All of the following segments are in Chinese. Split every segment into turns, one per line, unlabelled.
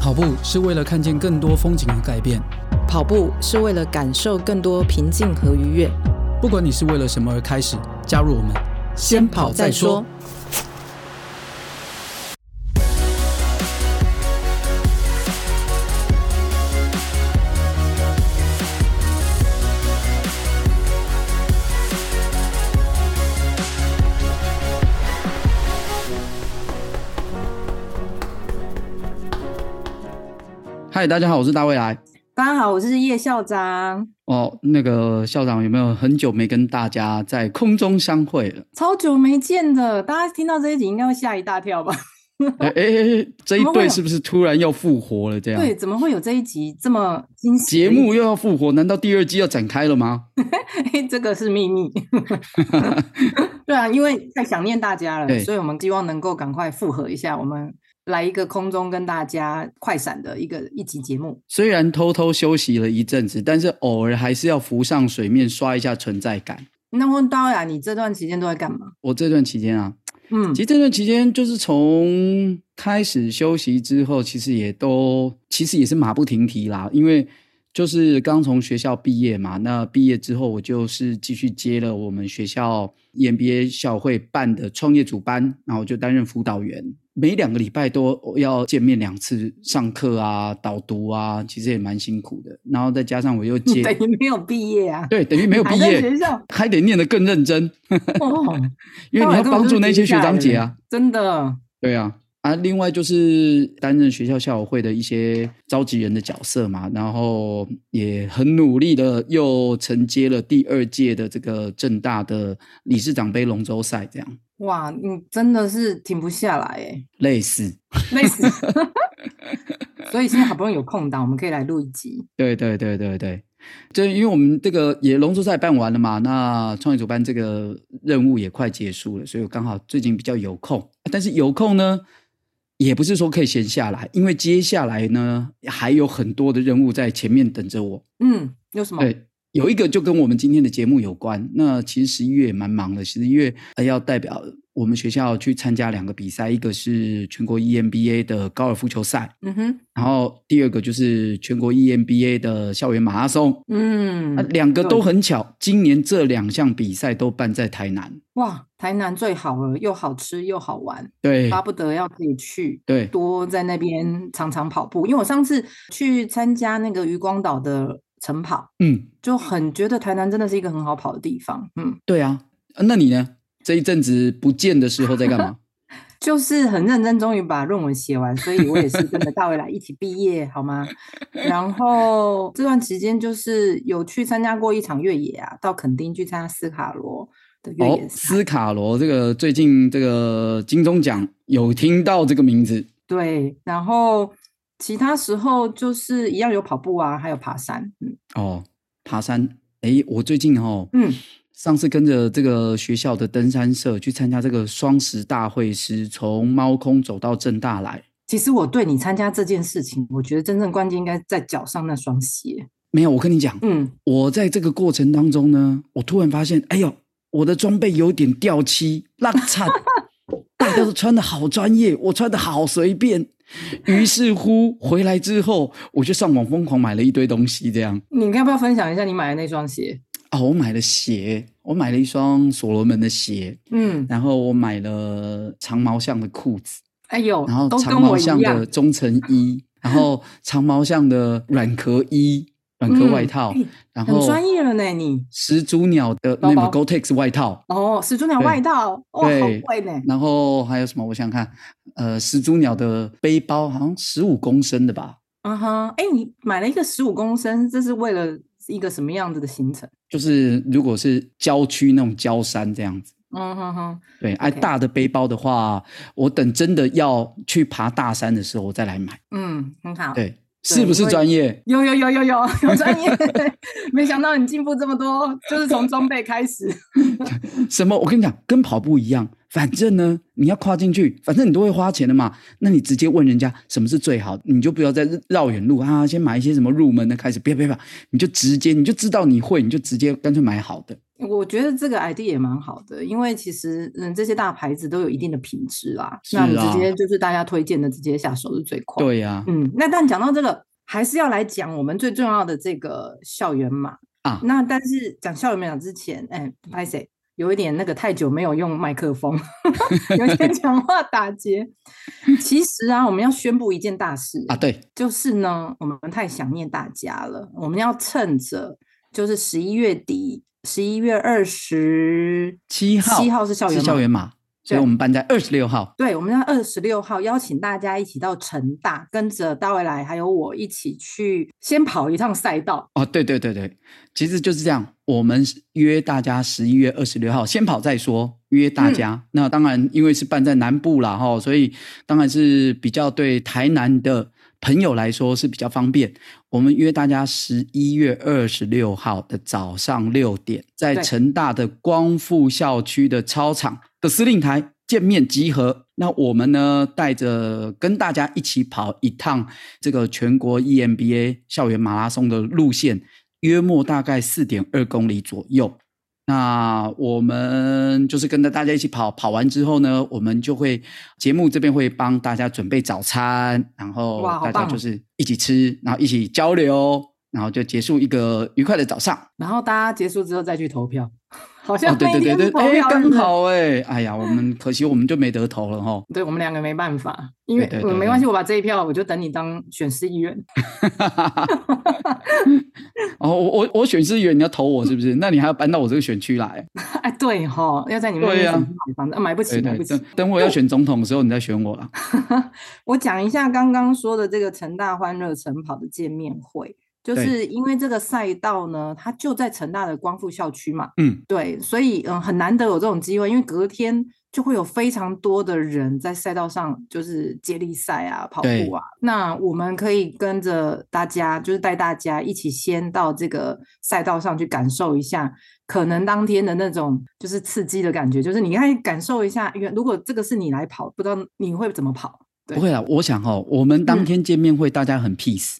跑步是为了看见更多风景和改变。
跑步是为了感受更多平静和愉悦。
不管你是为了什么而开始，加入我们，先跑哦再说。嗨，大家好，我是大未来。
大家好，我是叶校长，
哦，那个校长有没有很久没跟大家在空中相会 了？
超久没见的，大家听到这一集应该会吓一大跳吧？
哎哎哎，哎这一
怎么会
对
有
是不是突然要复活了？这样
对，怎么会有这一集这么惊喜？
啊节 目又要复活，难道第二季要展开了吗？
嘿哎这个是秘密。 对啊，因为太想念大家
对
了，所以我们希望能够赶快复合一下，我们来一个空中跟大家快闪的一个一集节目。
虽然偷偷休息了一阵子，但是偶尔还是要浮上水面刷一下存在感。
那问刀雅，你这段期间都在干嘛？
我这段期间啊，
嗯
其，实这段期间就是从开始休息之后，其实也都其实也是马不停蹄啦，因为就是刚从学校毕业嘛。那毕业之后，我就是继续接了我们学校 EMBA 校会办的创业组班，然后我就担任辅导员。每两个礼拜都要见面两次，上课啊、导读啊，其实也蛮辛苦的。然后再加上我又 接，
等于没有毕业啊，
对，等于没有
还
毕
在
业，
学校
还得念得更认真，
哦，
因为你要帮助那些学长姐啊。
真的，
对啊，啊，另外就是担任学校校友会的一些召集人的角色嘛，然后也很努力的又承接了第二届的这个正大的理事长杯龙舟赛，这样
哇，你真的是停不下来哎。
类似。
累死。 所以现在好不容易有空档，我们可以来录一集。
对对对对对，就因为我们这个也龙舟赛办完了嘛，那创业主办这个任务也快结束了，所以我刚好最近比较有空，但是有空呢，也不是说可以闲下来，因为接下来呢还有很多的任务在前面等着我。
嗯，有什么？
对，呃有一个就跟我们今天的节目有关。那其实十一月也蛮忙的，十一月呃要代表我们学校去参加两个比赛，一个是全国 E EMBA 的高尔夫球赛，
嗯哼，
然后第二个就是全国 E EMBA 的校园马拉松。
嗯
啊，，两个
对
都很巧，今年这两项比赛都办在台南。
哇，台南最好了，又好吃又好玩，
对
巴不得要自己去。
对，
多在那边常常跑步，因为我上次去参加那个渔光岛的晨跑，
嗯，
就很觉得台南真的是一个很好跑的地方。嗯，
对啊。啊那你呢？这一阵子不见的时候在干嘛？
就是很认真，终于把论文写完，所以我也是跟着大卫来一起毕业，好吗？然后这段期间就是有去参加过一场越野啊，到垦丁去参加斯卡罗的 越
哦
野，赛，
斯卡罗这个最近这个金钟奖有听到这个名字，
对，然后其他时候就是一样有跑步啊，还有爬山，嗯
哦，爬山。诶，我最近哦，
嗯，
上次跟着这个学校的登山社去参加这个双十大会师，从猫空走到正大来。
其实我对你参加这件事情，我觉得真正关键应该在脚上那双鞋，
没有，我跟你讲，
嗯，
我在这个过程当中呢，我突然发现，哎呦，我的装备有点掉漆，烂惨。大家都穿的好专业，我穿的好随便。于是乎，回来之后，我就上网疯狂买了一堆东西，这样。
你要不要分享一下你买的那双鞋？
啊，我买了鞋，我买了一双所罗门的鞋，
嗯，
然后我买了长毛象的裤子，
哎呦
然后，
都
长
跟
毛
我一
象
样
的，中层衣，然后长毛象的软壳衣、软壳外
嗯
套，
哎
然后
很专业了呢，你。
始祖鸟的那
包
个
包
Gore-Tex 外套，
哦，始祖鸟
对
外套，哇，好
对
贵呢！
然后还有什么？我想想看，呃，始祖鸟的背包好像十五公升的吧，
啊哈，哎，你买了一个十五公升，这是为了一个什么样子的行程？
就是如果是郊区那种郊山这样子。
嗯哼哼，
对，哎，
OK
大的背包的话，我等真的要去爬大山的时候，我再来买。
嗯，很好。，
对，是不是
因为
专业？
有有有有有 有专业，没想到你进步这么多，就是从装备开始。
什么？我跟你讲，跟跑步一样，反正呢，你要跨进去，反正你都会花钱的嘛。那你直接问人家什么是最好，你就不要再绕远路啊，先买一些什么入门的开始，别别别，你就直接你就知道你会，你就直接干脆买好的。
我觉得这个 ID 也蛮好的，因为其实嗯，这些大牌子都有一定的品质啦。
是
那你
啊
直接就是大家推荐的，直接下手是最快。，
对呀、
嗯，那但讲到这个，还是要来讲我们最重要的这个校园码
啊
那但是讲校园码之前，哎，拍谁？有一点那个太久没有用麦克风， 有点讲话打结。其实啊，我们要宣布一件大事
啊，对，
就是呢，我们太想念大家了，我们要趁着就是十一月底，十一月二十
七号
七号是校园
是
嘛
校园码，所以
对
我们办在二十六号。
对，我们在二十六号邀请大家一起到成大，跟着大未来还有我一起去先跑一趟赛道。
哦，对对对对，其实就是这样。我们是约大家十一月二十六号先跑再说，约大
嗯
家。那当然，因为是办在南部啦，哈，所以当然是比较对台南的朋友来说是比较方便。我们约大家十一月二十六号的早上六点，在
对
成大的光复校区的操场的司令台见面集合。那我们呢，带着跟大家一起跑一趟这个全国 E EMBA 校园马拉松的路线，约莫大概四点二公里左右。那我们就是跟着大家一起跑，跑完之后呢，我们就会节目这边会帮大家准备早餐，然后
哇好
大家
棒
就
哦
是一起吃，然后一起交流，然后就结束一个愉快的早上。
然后大家结束之后再去投票，好
哦
像，
对
那一
对
天
对
是
对，
投
哎，
票日
刚
的。
好哎，哎呀，我们可惜我们就没得投了哈。
对我们两个没办法，因
对
为
对
我
对
没
对
关系，我把这一票我就等你当选市议员。
哦，我我我选市议员，你要投我是不 是？那你还要搬到我这个选区来？
哎，对哈，要在你们那
对呀
边怎么买房子？啊买不起，
对
买
对，
不起
等。等我要选总统的时候，你再选我啦。
我讲一下刚刚说的这个成大欢乐晨跑的见面会，就
对
是因为这个赛道呢，它就在成大的光复校区嘛，
嗯，
对，所以嗯很难得有这种机会，因为隔天就会有非常多的人在赛道上就是接力赛啊、跑
对
步啊，那我们可以跟着大家，就是带大家一起先到这个赛道上去感受一下，可能当天的那种就是刺激的感觉，就是你可以感受一下，原如果这个是你来跑，不知道你会怎么跑。对
不会啦，我想哦，我们当天见面会大家很 peace，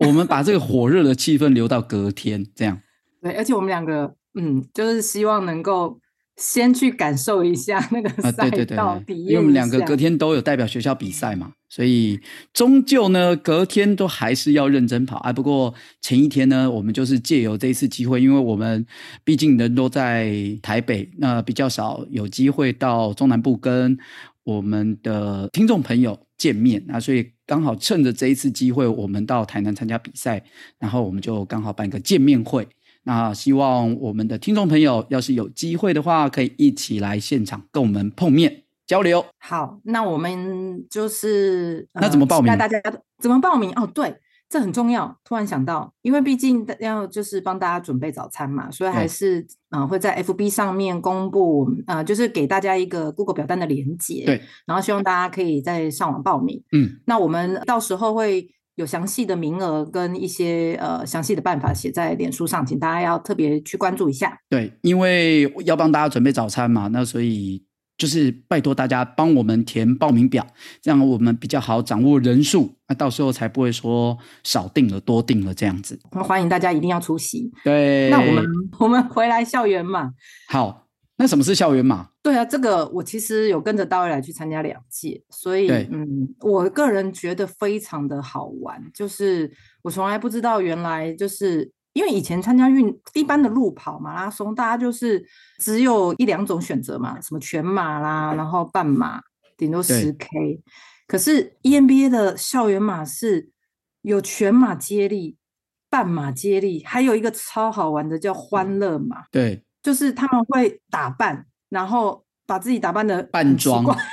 我们把这个火热的气氛留到隔天，这样。
对，而且我们两个，嗯，就是希望能够先去感受一下那个
啊， 对
赛
对对
道，
对
体
因为我
验
们
一
两个
下
隔天都有代表学校比赛嘛，所以终究呢，隔天都还是要认真跑啊。不过前一天呢，我们就是借由这一次机会，因为我们毕竟人都在台北，那比较少有机会到中南部跟我们的听众朋友见面啊，所以刚好趁着这一次机会，我们到台南参加比赛，然后我们就刚好办个见面会。那希望我们的听众朋友，要是有机会的话，可以一起来现场跟我们碰面交流。
好，那我们就是
那怎么
呃
报
期待
名
大家的怎么报名？哦，对，这很重要。突然想到，因为毕竟大要就是帮大家准备早餐嘛，所以还
对
是呃会在 FB 上面公布我们，呃就是给大家一个 Google 表单的连接，
对，
然后希望大家可以再上网报名。
嗯，
那我们到时候会有详细的名额跟一些呃详细的办法写在脸书上，请大家要特别去关注一下。
对，因为要帮大家准备早餐嘛，那所以就是拜托大家帮我们填报名表，这样我们比较好掌握人数，那到时候才不会说少定了多定了这样子。
那欢迎大家一定要出席。
对，
那我们我们回来校园嘛，
好，那什么是校园码？
对啊，这个我其实有跟着大卫来去参加两届，所以
对
嗯，我个人觉得非常的好玩，就是我从来不知道原来就是因为以前参加运一般的路跑马拉松，大家就是只有一两种选择嘛，什么全马啦，然后半马，顶多
对
十 K，可是 E EMBA 的校园马是有全马接力、半马接力，还有一个超好玩的叫
嗯
欢乐马。
对，
就是他们会打扮，然后把自己打扮的
扮装啊、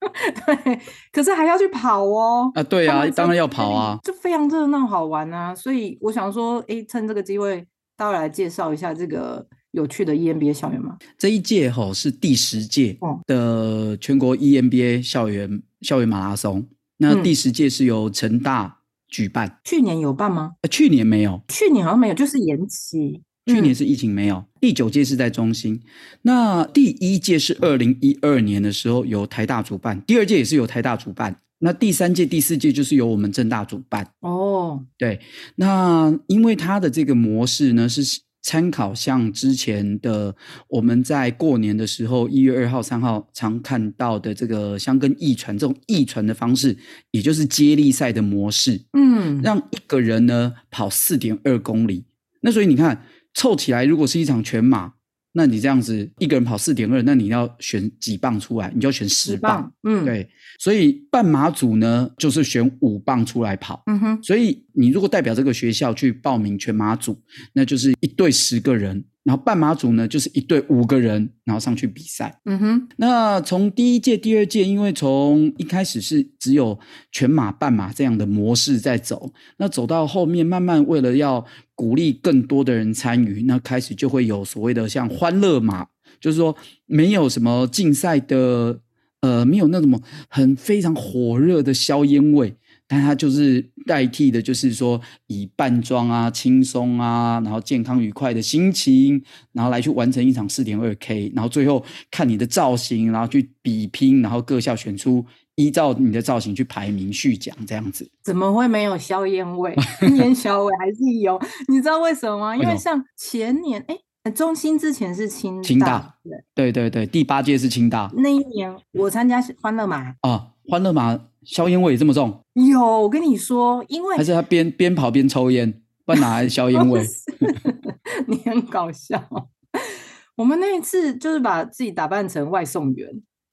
对，可是还要去跑哦。
对
他
啊，
们
当然
在
要
那
跑
里
啊。
就非常热闹好玩啊。所以我想说，诶，趁这个机会，大家来介绍一下这个有趣的 E EMBA 校园嘛。
这一届吼、是第十届
哦
的全国 E EMBA 校园校园马拉松，那
嗯
第十届是由成大举办，
去年有办吗？
呃去年没有，
去年好像没有，就是延期。
去年
嗯
是疫情没有，第九届是在中心，那第一届是二零一二年的时候由台大主办，第二届也是由台大主办，那第三届、第四届就是由我们正大主办。
哦，
对，那因为它的这个模式呢是参考像之前的我们在过年的时候，一月二号、三号常看到的这个香根义传这种义传的方式，也就是接力赛的模式，
嗯，
让一个人呢跑四点二公里。那所以你看，凑起来如果是一场全马，那你这样子一个人跑四点二，那你要选几磅出来？你就要选十
十
磅。，
嗯，，
对，所以半马组呢，就是选五磅出来跑。
嗯哼，
所以你如果代表这个学校去报名全马组，那就是一队十个人，然后半马组呢就是一队五个人，然后上去比赛。
嗯哼，
那从第一届、第二届，因为从一开始是只有全马、半马这样的模式在走，那走到后面，慢慢为了要鼓励更多的人参与，那开始就会有所谓的像欢乐马，就是说没有什么竞赛的，呃，没有那种很非常火热的硝烟味。但它就是代替的，就是说以扮装啊、轻松啊，然后健康愉快的心情，然后来去完成一场四点二 K，然后最后看你的造型，然后去比拼，然后各校选出依照你的造型去排名序奖这样子。
怎么会没有硝烟 味？烟硝味还是有，你知道为什么吗？因
为什
为
么
像前年，哎、中心之前是清
清大
大，
对
对，
对对，第八届是清大
那一年我参加是欢乐马，
啊，欢乐马硝烟味也这么重，
有我跟你说，因为
还是他边边跑边抽烟，不然哪来的硝烟味
不？是你很搞笑。我们那一次就是把自己打扮成外送员，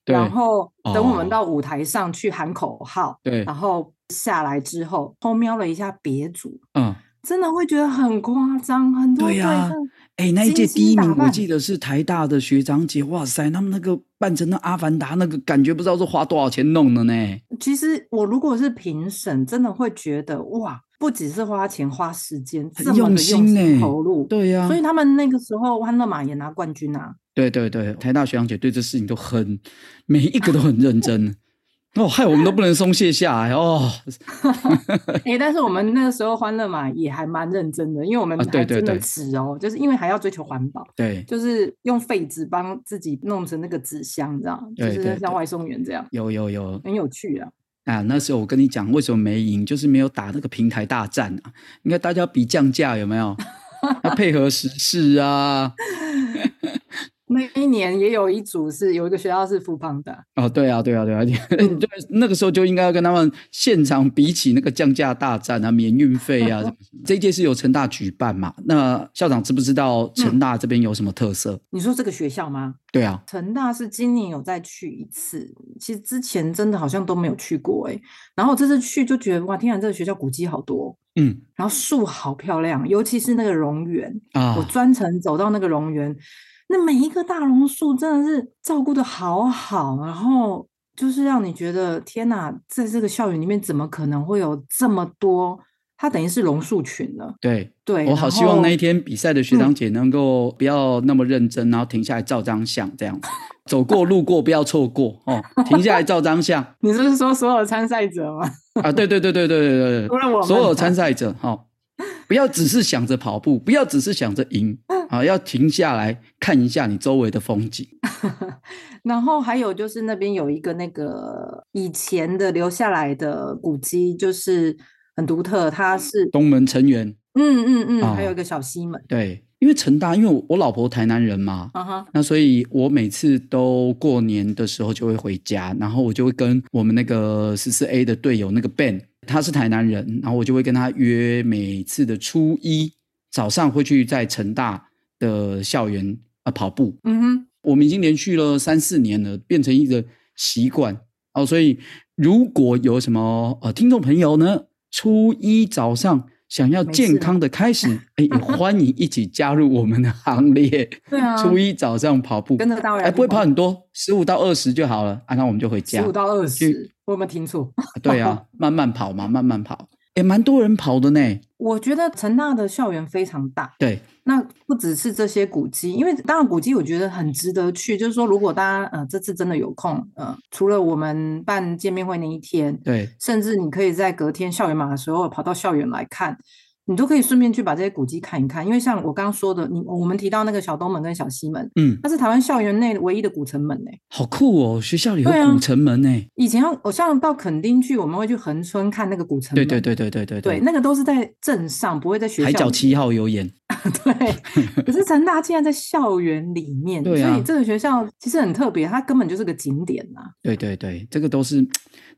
对
然后等我
哦
们到舞台上去喊口号，
对，
然后下来之后偷瞄了一下别组，
嗯，
真的会觉得很夸张，很多
对
队
呀
上
哎、那一
精
届第
心
一
打
名我
扮
记得是台大的学长姐，哇塞，他们那个扮成那阿凡达那个感觉，不知道是花多少钱弄的呢。
其实我如果是评审，真的会觉得哇，不只是花钱花时间，
很
这么的
用
用
心呢
投入。
对啊呀、
所以他们那个时候欢乐马也拿冠 军啊，
对对对，台大学长姐对这事情都很，每一个都很认真，哦，害我们都不能松懈下来哦。
哎、但是我们那个时候欢乐嘛也还蛮认真的，因为我们
啊对
还
对
真的
对
纸哦，就是因为还要追求环保，
对，
就是用废纸帮自己弄成那个纸箱，这样就
对对
是像
对
外送员这样，
有有有
很有趣啊。
啊！那时候我跟你讲，为什么没赢，就是没有打那个平台大战啊。应该大家比降价有没有？要配合时事啊。
那一年也有一组是有一个学校是富邦的，
哦，对啊，对啊，对啊，
嗯
对，那个时候就应该要跟他们现场比起那个降价大战啊、免运费啊什么什么。这一届是由成大举办嘛？那校长知不知道成大这边有什么特色？
你说这个学校吗？
对啊，
成大是今年有再去一次，其实之前真的好像都没有去过哎、然后我这次去就觉得哇，天啊，这个学校古迹好多，
嗯
然后树好漂亮，尤其是那个榕园，
啊，
我专程走到那个榕园，那每一棵大榕树真的是照顾的好好，然后就是让你觉得天哪，在这个校园里面怎么可能会有这么多？它等于是榕树群了，
对，
对。
我
然
好希望那一
后嗯
天比赛的学长姐能够不要那么认真，然后停下来照张相，这样子走过路过不要错过哦，停下来照张相
你是说所有参赛者吗？
啊！对对对对对对对
除了我
对，
们
所有参
吧
赛者哈、哦，不要只是想着跑步，不要只是想着赢啊，要停下来看一下你周围的风景。
然后还有就是那边有一个那个以前的留下来的古迹，就是很独特，它是
东门成员
嗯嗯嗯，还有
哦
一个小西门，
对，因为成大，因为我我老婆台南人嘛，
啊哈，
那所以，我每次都过年的时候就会回家，然后我就会跟我们那个十四 A 的队友那个 Ben，他是台南人，然后我就会跟他约每次的初一早上会去在成大的校园啊、呃跑步。
嗯哼，
我们已经连续了三四年了，变成一个习惯哦。所以，如果有什么呃听众朋友呢，初一早上想要
没事
健康的开 始，哎，也欢迎一起加入我们的行列。
对啊，
初一早上跑步，
跟着大卫来
哎，不会
跑
跑很多，十五到二十就好了，啊，那我们就回家
十五。到二
去
十，我有没有听错？
对啊，慢慢跑嘛，慢慢跑，也蛮多人跑的呢。
我觉得成大的校园非常大，
对，
那不只是这些古迹，因为当然古迹我觉得很值得去，就是说如果大家呃这次真的有空，呃，除了我们办见面会那一天，
对，
甚至你可以在隔天校园马的时候跑到校园来看。你都可以顺便去把这些古迹看一看，因为像我刚刚说的，你我们提到那个小东门跟小西门，
嗯，
它是台湾校园内唯一的古城门诶、
好酷哦，学校里有
对啊
古城门呢、
以前要我像到垦丁去，我们会去恒春看那个古城
对
门，
对对对对对
对，，那个都是在镇上，不会在学校
海
里。
角七啊号有演，
对，可是成大竟然在校园里面，
对
所
啊
以这个学校其实很特别，它根本就是个景点啊呐、
对对对，这个都是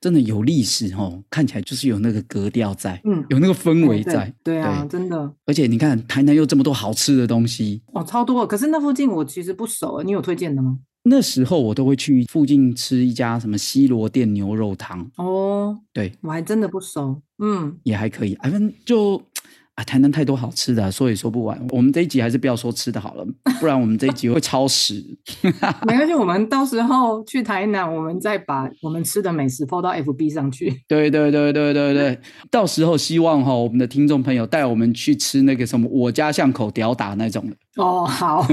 真的有历史哦，看起来就是有那个格调在，
嗯
有那个氛围
对对
在，
对啊，真的
而且你看台南又这么多好吃的东西，
哦，超多的。可是那附近我其实不熟，欸你有推荐的吗？
那时候我都会去附近吃一家什么西罗店牛肉汤，
哦，
对，
我还真的不熟。嗯，
也还可以。反正就啊，台南太多好吃的，所以说不完。我们这一集还是不要说吃的好了，不然我们这一集会超时。
没关系，我们到时候去台南，我们再把我们吃的美食 PO 到 FB 上去。
对对对对对对，到时候希望哈、我们的听众朋友带我们去吃那个什么我家巷口屌打那种的。
哦， 好。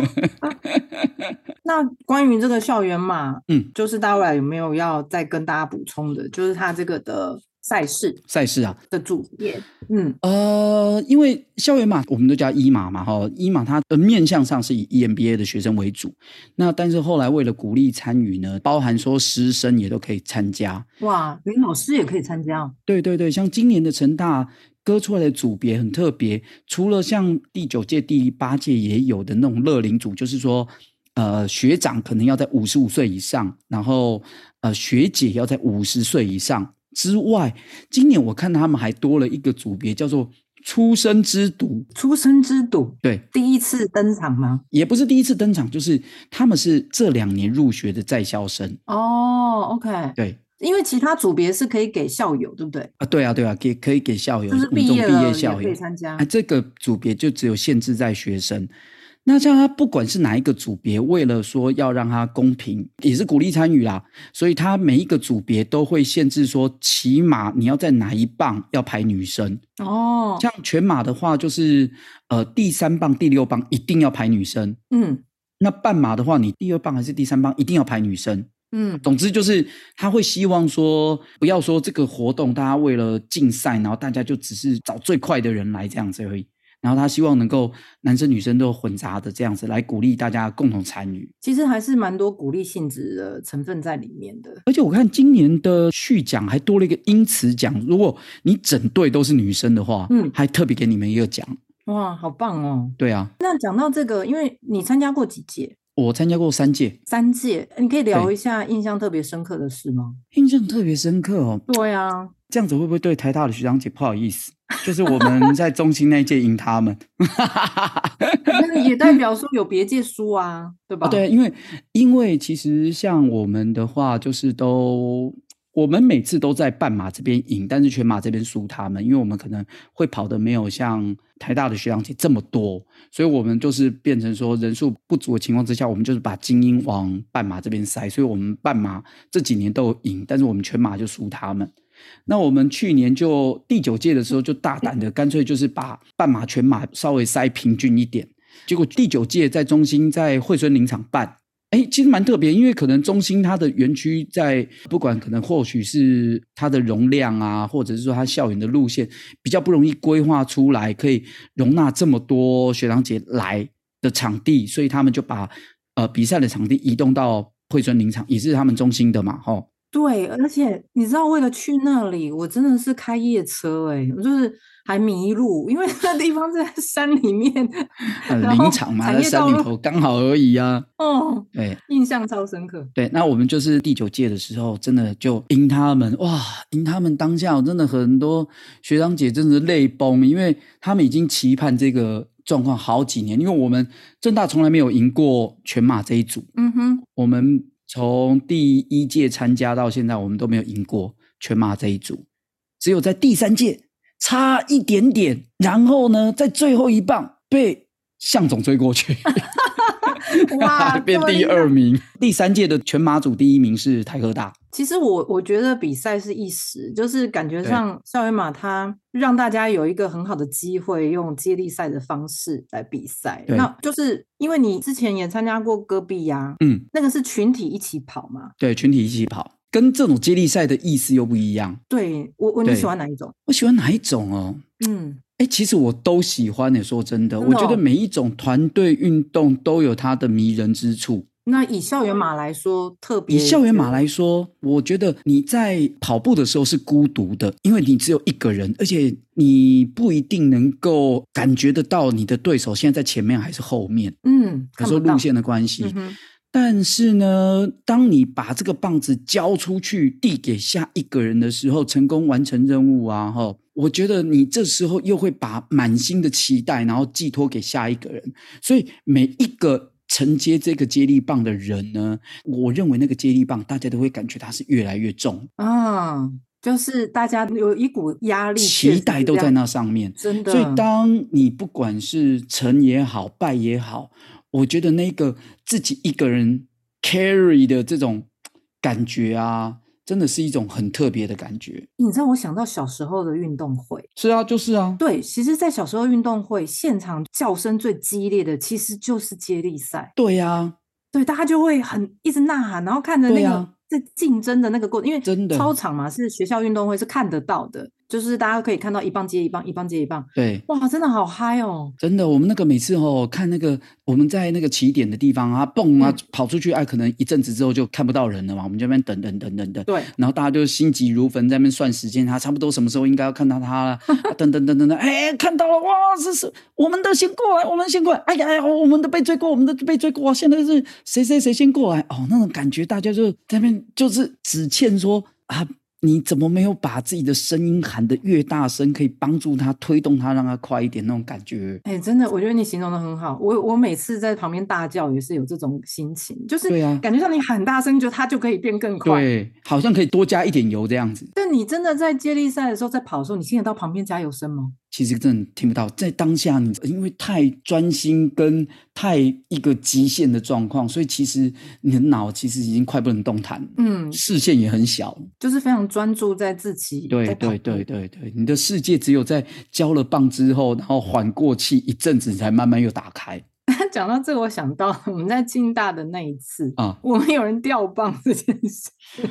那关于这个校园嘛，
嗯，
就是大未来有没有要再跟大家补充的？就是它这个的赛事
赛事啊，
的主页，嗯，
呃，因为校园码我们都叫一码嘛，哈，一码它的呃面向上是以 EMBA 的学生为主，那但是后来为了鼓励参与呢，包含说师生也都可以参加，
哇，连老师也可以参加哦，
对对对，像今年的成大割出来的组别很特别，除了像第九届、第八届也有的那种乐龄组，就是说，呃，学长可能要在五十五岁以上，然后呃，学姐要在五十岁以上之外，今年我看他们还多了一个组别，叫做出生之毒。
出生之赌
对，
第一次登场吗？
也不是第一次登场，就是他们是这两年入学的在校生。
哦，OK，
对
因为其他组别是可以给校友，对不对？
啊，对啊，对啊，给可以给校友，
就是
我们
毕
这种
业
毕
了
业
也
校
可
友
以，参加
啊，，这个组别就只有限制在学生。那像他不管是哪一个组别，为了说要让他公平，也是鼓励参与啦，所以他每一个组别都会限制说，起码你要在哪一棒要排女生。
哦，
像全马的话，就是呃第三棒、第六棒一定要排女生。
嗯
那半马的话，你第二棒还是第三棒一定要排女生。
嗯，
总之就是他会希望说，不要说这个活动大家为了竞赛，然后大家就只是找最快的人来这样子而已。然后他希望能够男生女生都混杂的这样子来鼓励大家共同参与。
其实还是蛮多鼓励性质的成分在里面的。
而且我看今年的续奖还多了一个英词奖，如果你整队都是女生的话，
嗯
还特别给你们一个奖。
哇，好棒哦！
对啊，
那讲到这个，因为你参加过几届？
我参加过三届，
三届，你可以聊
对
一下印象特别深刻的事吗？
印象特别深刻哦。
对啊，
这样子会不会对台大的学长姐不好意思？就是我们在中心那一届赢他们。
那也代表说有别界书啊，对吧？
啊，对，因为因为其实像我们的话，就是都我们每次都在半马这边赢，但是全马这边输他们，因为我们可能会跑的没有像台大的学长姐这么多，所以我们就是变成说人数不足的情况之下，我们就是把精英往半马这边塞，所以我们半马这几年都有赢，但是我们全马就输他们。那我们去年就第九届的时候，就大胆的，干脆就是把半马、全马稍微塞平均一点。结果第九届在中心，在惠孙林场办，哎，其实蛮特别，因为可能中心它的园区在不管可能或许是它的容量啊，或者是说它校园的路线比较不容易规划出来，可以容纳这么多学长姐来的场地，所以他们就把呃比赛的场地移动到惠孙林场，也是他们中心的嘛，吼、，
对，而且你知道，为了去那里，我真的是开夜车哎、我就是还迷路，因为那地方是在山里面
呃，
然后
林场嘛，
产
在
业
山
道
里
路
头刚好而已啊。
哦，
对
印象超深刻。
对，那我们就是第九届的时候，真的就赢他们哇！赢他们当下，我真的很多学长姐真的是泪崩，因为他们已经期盼这个状况好几年，因为我们正大从来没有赢过全马这一组，
嗯哼，
我们从第一届参加到现在，我们都没有赢过全马这一组，只有在第三届差一点点，然后呢，在最后一棒被向总追过去。
哇，
变
对
第二名。第三届的全马组第一名是台科大，
其实我我觉得比赛是一时，就是感觉
对
上校园马它让大家有一个很好的机会，用接力赛的方式来比赛。
对
那就是因为你之前也参加过戈壁呀、
嗯，
那个是群体一起跑嘛，
对，群体一起跑，跟这种接力赛的意思又不一样。
对我我你喜
对
欢哪一种？
我喜欢哪一种哦？
嗯，
哎，其实我都喜欢呢。说真的，
真
我
的
觉得
哦
每一种团队运动都有它的迷人之处。
那以校园马来说，特别
以校园马
来
来说，我觉得你在跑步的时候是孤独的，因为你只有一个人，而且你不一定能够感觉得到你的对手现在在前面还是后面，
嗯，
有
看
时候
不到
路，线的关系。
嗯哼，
但是呢，当你把这个棒子交出去，递给下一个人的时候，成功完成任务啊，哈，我觉得你这时候又会把满心的期待，然后寄托给下一个人，所以每一个。承接这个接力棒的人呢，我认为那个接力棒大家都会感觉它是越来越重，
啊，就是大家有一股压力，确
期
实
待
是
都
这
在
样，
那上面。
真的，
所以，当你不管是成也好，败也好，我觉得那个自己一个人 carry 的这种感觉啊，真的是一种很特别的感觉。
你知道我想到小时候的运动会，
是啊，就是啊，
对，其实，在小时候运动会现场叫声最激烈的，其实就是接力赛。
对啊，
对，大家就会很一直呐喊，然后看着那
对
个、
啊
在竞争的那个过，因为
真的
操场嘛是学校运动会是看得到的，就是大家可以看到一棒接一棒，一棒接一棒，
对。
哇，真的好嗨哦！
真的，我们那个每次哦，看那个我们在那个起点的地方啊，蹦啊
嗯，
跑出去啊，可能一阵子之后就看不到人了嘛。我们这边等等等等等，
对，
然后大家就心急如焚，在那边算时间，他差不多什么时候应该要看到他了，啊等等等等等，哎，看到了，哇，是是，我们的先过来，我们先过来，哎呀哎呀，我们的被追过，我们的被追过，现在是谁谁谁先过来，哦，那种感觉，大家就在那边就是只欠说啊。你怎么没有把自己的声音喊得越大声，可以帮助他推动他，让他快一点那种感觉？
哎，真的，我觉得你形容的很好。我我每次在旁边大叫也是有这种心情，就是
对啊
感觉上你喊大声，就它就可以变更快。
对，好像可以多加一点油这样子。
但你真的在接力赛的时候，在跑的时候，你听得到旁边加油声吗？
其实真的听不到，在当下你因为太专心跟太一个极限的状况，所以其实你的脑其实已经快不能动弹了，
嗯，
视线也很小。
就是非常专注在自己。
对
在跑
对对
步，
对对，你的世界只有在交了棒之后，然后缓过气一阵子，才慢慢又打开
讲到这个，我想到我们在进大的那一次，
啊！
我们有人掉棒这件事，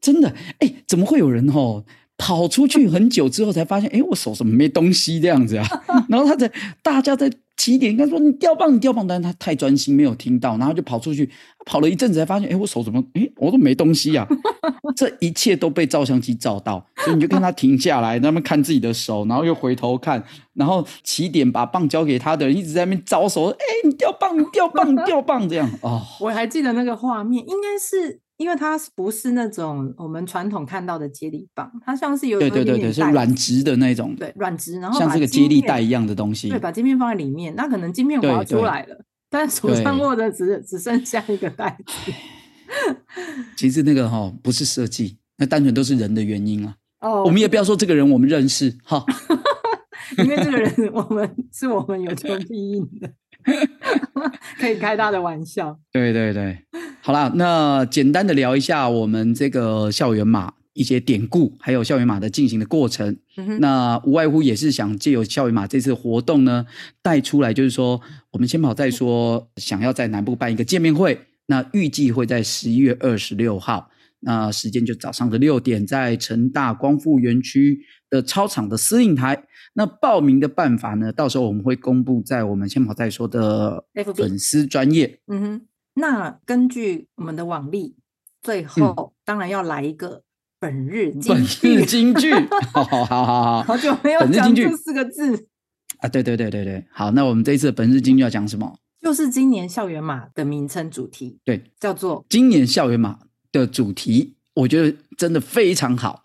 真的，哎，怎么会有人哦？跑出去很久之后才发现，哎，我手怎么没东西这样子啊？ 然后他在大家在起点跟他说你掉棒，你掉棒，但是他太专心没有听到，然后就跑出去，跑了一阵子才发现，哎，我手怎么，哎，我都没东西啊！ 这一切都被照相机照到，所以你就看他停下来，他们看自己的手，然后又回头看，然后起点把棒交给他的人一直在那边招手，哎，你掉棒，你掉棒，你掉棒，这样哦，
我还记得那个画面，应该是因为它是不是那种我们传统看到的接力棒，它像是有
对
有一
对对
点
对，是
带
软
子
直的那种，
对软直，然后
像
把
这个
晶
接力
片
带一样的东西，
对，把晶片放在里面，那可能晶片
对
滑出
对
来了，但手上
对
握的只只剩下一个袋子。
其实那个哈、不是设计，那单纯都是人的原因啊。
哦，
我们也不要说这个人我们认识 哈，
因为这个人，我们 是我们有求必应 的， 可以开他的玩笑。
对对对，好啦，那简单的聊一下我们这个校园马一些典故，还有校园马的进行的过程。
嗯哼，
那无外乎也是想借由校园马这次活动呢，带出来就是说，我们先跑再说，想要在南部办一个见面会，那预计会在十一月二十六号，那时间就早上的六点，在成大光复园区的操场的司令台。那报名的办法呢，到时候我们会公布在我们先跑再说的
FB
粉丝专业。
嗯哼，那根据我们的往例，最后当然要来一个本日
嗯
金
本
句
日京剧， 好好好好好
好久没有
本日
讲
金句
这四个字，
啊！对对对对对，好，那我们这一次的本日京剧要讲什么？
就是今年校园马的名称主题
对，
叫做
今年校园马的主题，我觉得真的非常 好，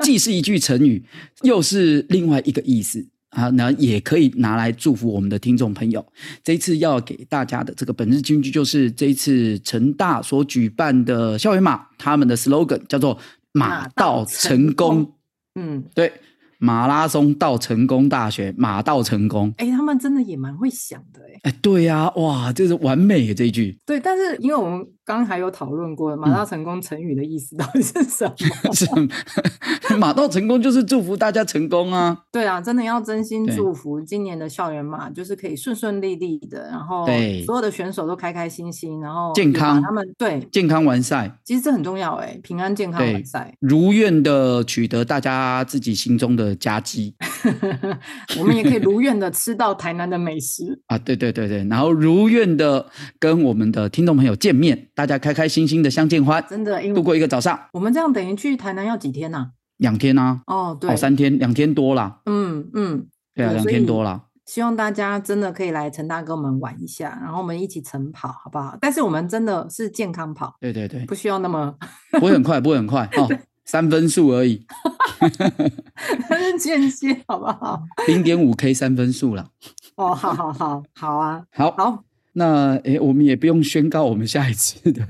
既是一句成语，又是另外一个意思啊。那也可以拿来祝福我们的听众朋友。这一次要给大家的这个本日金句，就是这一次成大所举办的校园马，他们的 slogan 叫做“马
马到
到成
成功
功”，
嗯，
对，马拉松到成功大学，马到成功。
哎，他们真的也蛮会想的哎。
哎，对呀、啊，哇，这是完美耶这一句。
对，但是因为我们刚还有讨论过“马到
嗯
成功”成语的意思到底是 什么？
什么马到成功就是祝福大家成功啊！
对啊，真的要真心
对
祝福今年的校园马，就是可以顺顺利利的，然后
对
所有的选手都开开心心，然后
健
也把
康
他们对，
健康完赛，
其实这很重要哎、平安健康
对
完赛，
如愿的取得大家自己心中的佳绩
我们也可以如愿的吃到台南的美食。
啊！对对对对，然后如愿的跟我们的听众朋友见面，大家开开心心的相见欢，
真的，因
度
为
过一个早上，
我们这样等于去台南要几天呐、
两天啊，
哦，对
哦，，三天，两天多啦，
嗯嗯，
对啊，
对
两
所
天
以
多啦，
希望大家真的可以来成大跟我们玩一下，然后我们一起晨跑，好不好？但是我们真的是健康跑，
对对对
不，需要那么
不会很快，不会很快哦，三分数而已，
间歇，好不好？
零点五 K 三分数啦。
哦，好好好，好啊，
好，
好，
那诶，我们也不用宣告我们下一次 的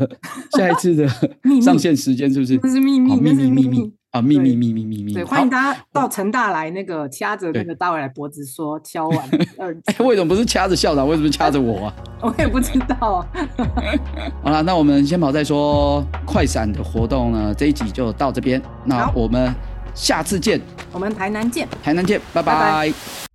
下一次的
秘密
上线时间，是不是？
这是秘密
哦，秘
那是
密
秘
秘
密
密。啊，秘密
对
秘密秘密。
对，
好
欢迎大家到成大来，那个掐着那
对
个大未来脖子说敲 完二指，
哎，为什么不是掐着校长？为什么掐着 我啊？
我也不知道。啊
好了，那我们先跑再说。快闪的活动呢，这一集就到这边。那
好
我们下次见，
我们台南见。
台南见，
拜
拜拜